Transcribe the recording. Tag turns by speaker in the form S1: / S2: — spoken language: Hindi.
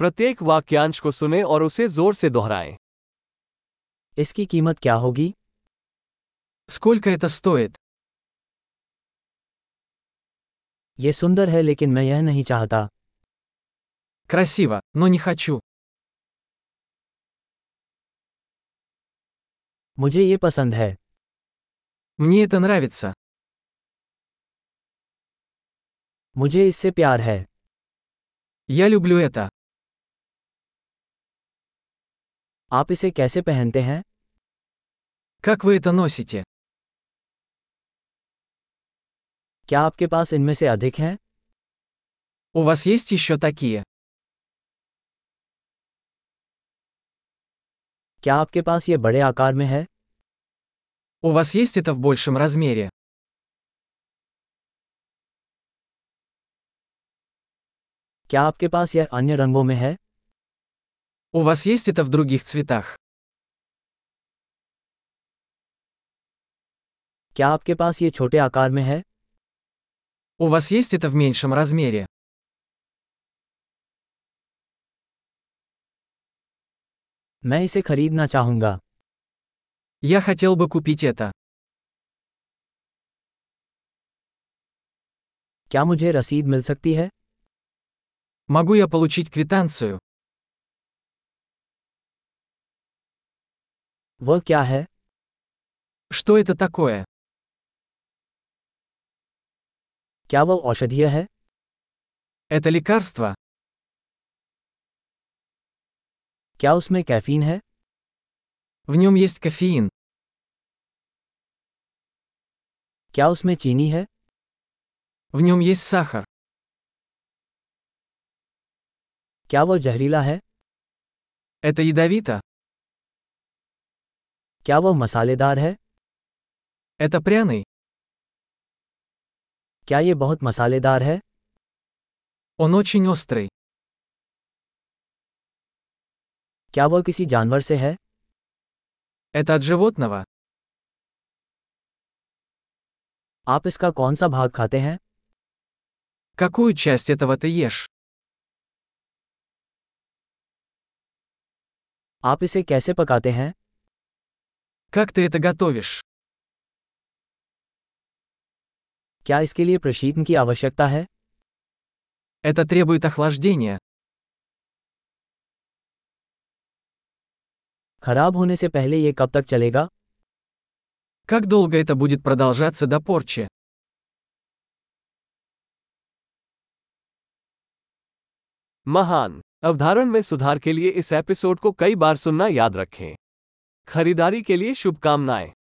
S1: प्रत्येक वाक्यांश को सुने और उसे जोर से दोहराएं
S2: इसकी कीमत क्या होगी
S3: Сколько это стоит?
S2: ये सुंदर है लेकिन मैं यह नहीं चाहता
S3: Красиво, но не хочу.
S2: मुझे ये पसंद है
S3: Мне это нравится.
S2: मुझे इससे प्यार है
S3: Я люблю это.
S2: आप इसे कैसे पहनते हैं
S3: Как вы это носите?
S2: क्या आपके पास इनमें से अधिक हैं
S3: У вас есть еще такие?
S2: क्या आपके पास ये बड़े आकार में है
S3: У вас есть это в большем размере?
S2: क्या आपके पास यह अन्य रंगों में है
S3: У вас есть это в других цветах?
S2: क्या आपके पास ये छोटे आकार में है
S3: У вас есть это в меньшем размере?
S2: मैं इसे खरीदना चाहूंगा
S3: Я хотел бы купить это.
S2: क्या मुझे रसीद मिल सकती है
S3: Могу я получить квитанцию?
S2: वह क्या है
S3: Что это такое?
S2: क्या वह औषधीय है
S3: Это лекарство?
S2: क्या उसमें कैफीन है
S3: В нем есть кофеин.
S2: क्या उसमें चीनी है
S3: В нем есть сахар.
S2: क्या वह जहरीला है
S3: Это ядовито.
S2: क्या वह मसालेदार है
S3: Это пряный.
S2: क्या ये बहुत मसालेदार है
S3: Он очень острый.
S2: क्या वह किसी जानवर से है
S3: Это от животного.
S2: आप इसका कौन सा भाग खाते हैं
S3: Какую часть этого ты ешь?
S2: आप इसे कैसे पकाते हैं
S3: Как ты это готовишь?
S2: क्या इसके लिए प्रशीतन की आवश्यकता है
S3: Это требует охлаждения.
S2: खराब होने से पहले ये कब तक चलेगा
S3: Как долго это будет продолжаться до порчи?
S1: महान अवधारण में सुधार के लिए इस एपिसोड को कई बार सुनना याद रखें खरीदारी के लिए शुभकामनाएं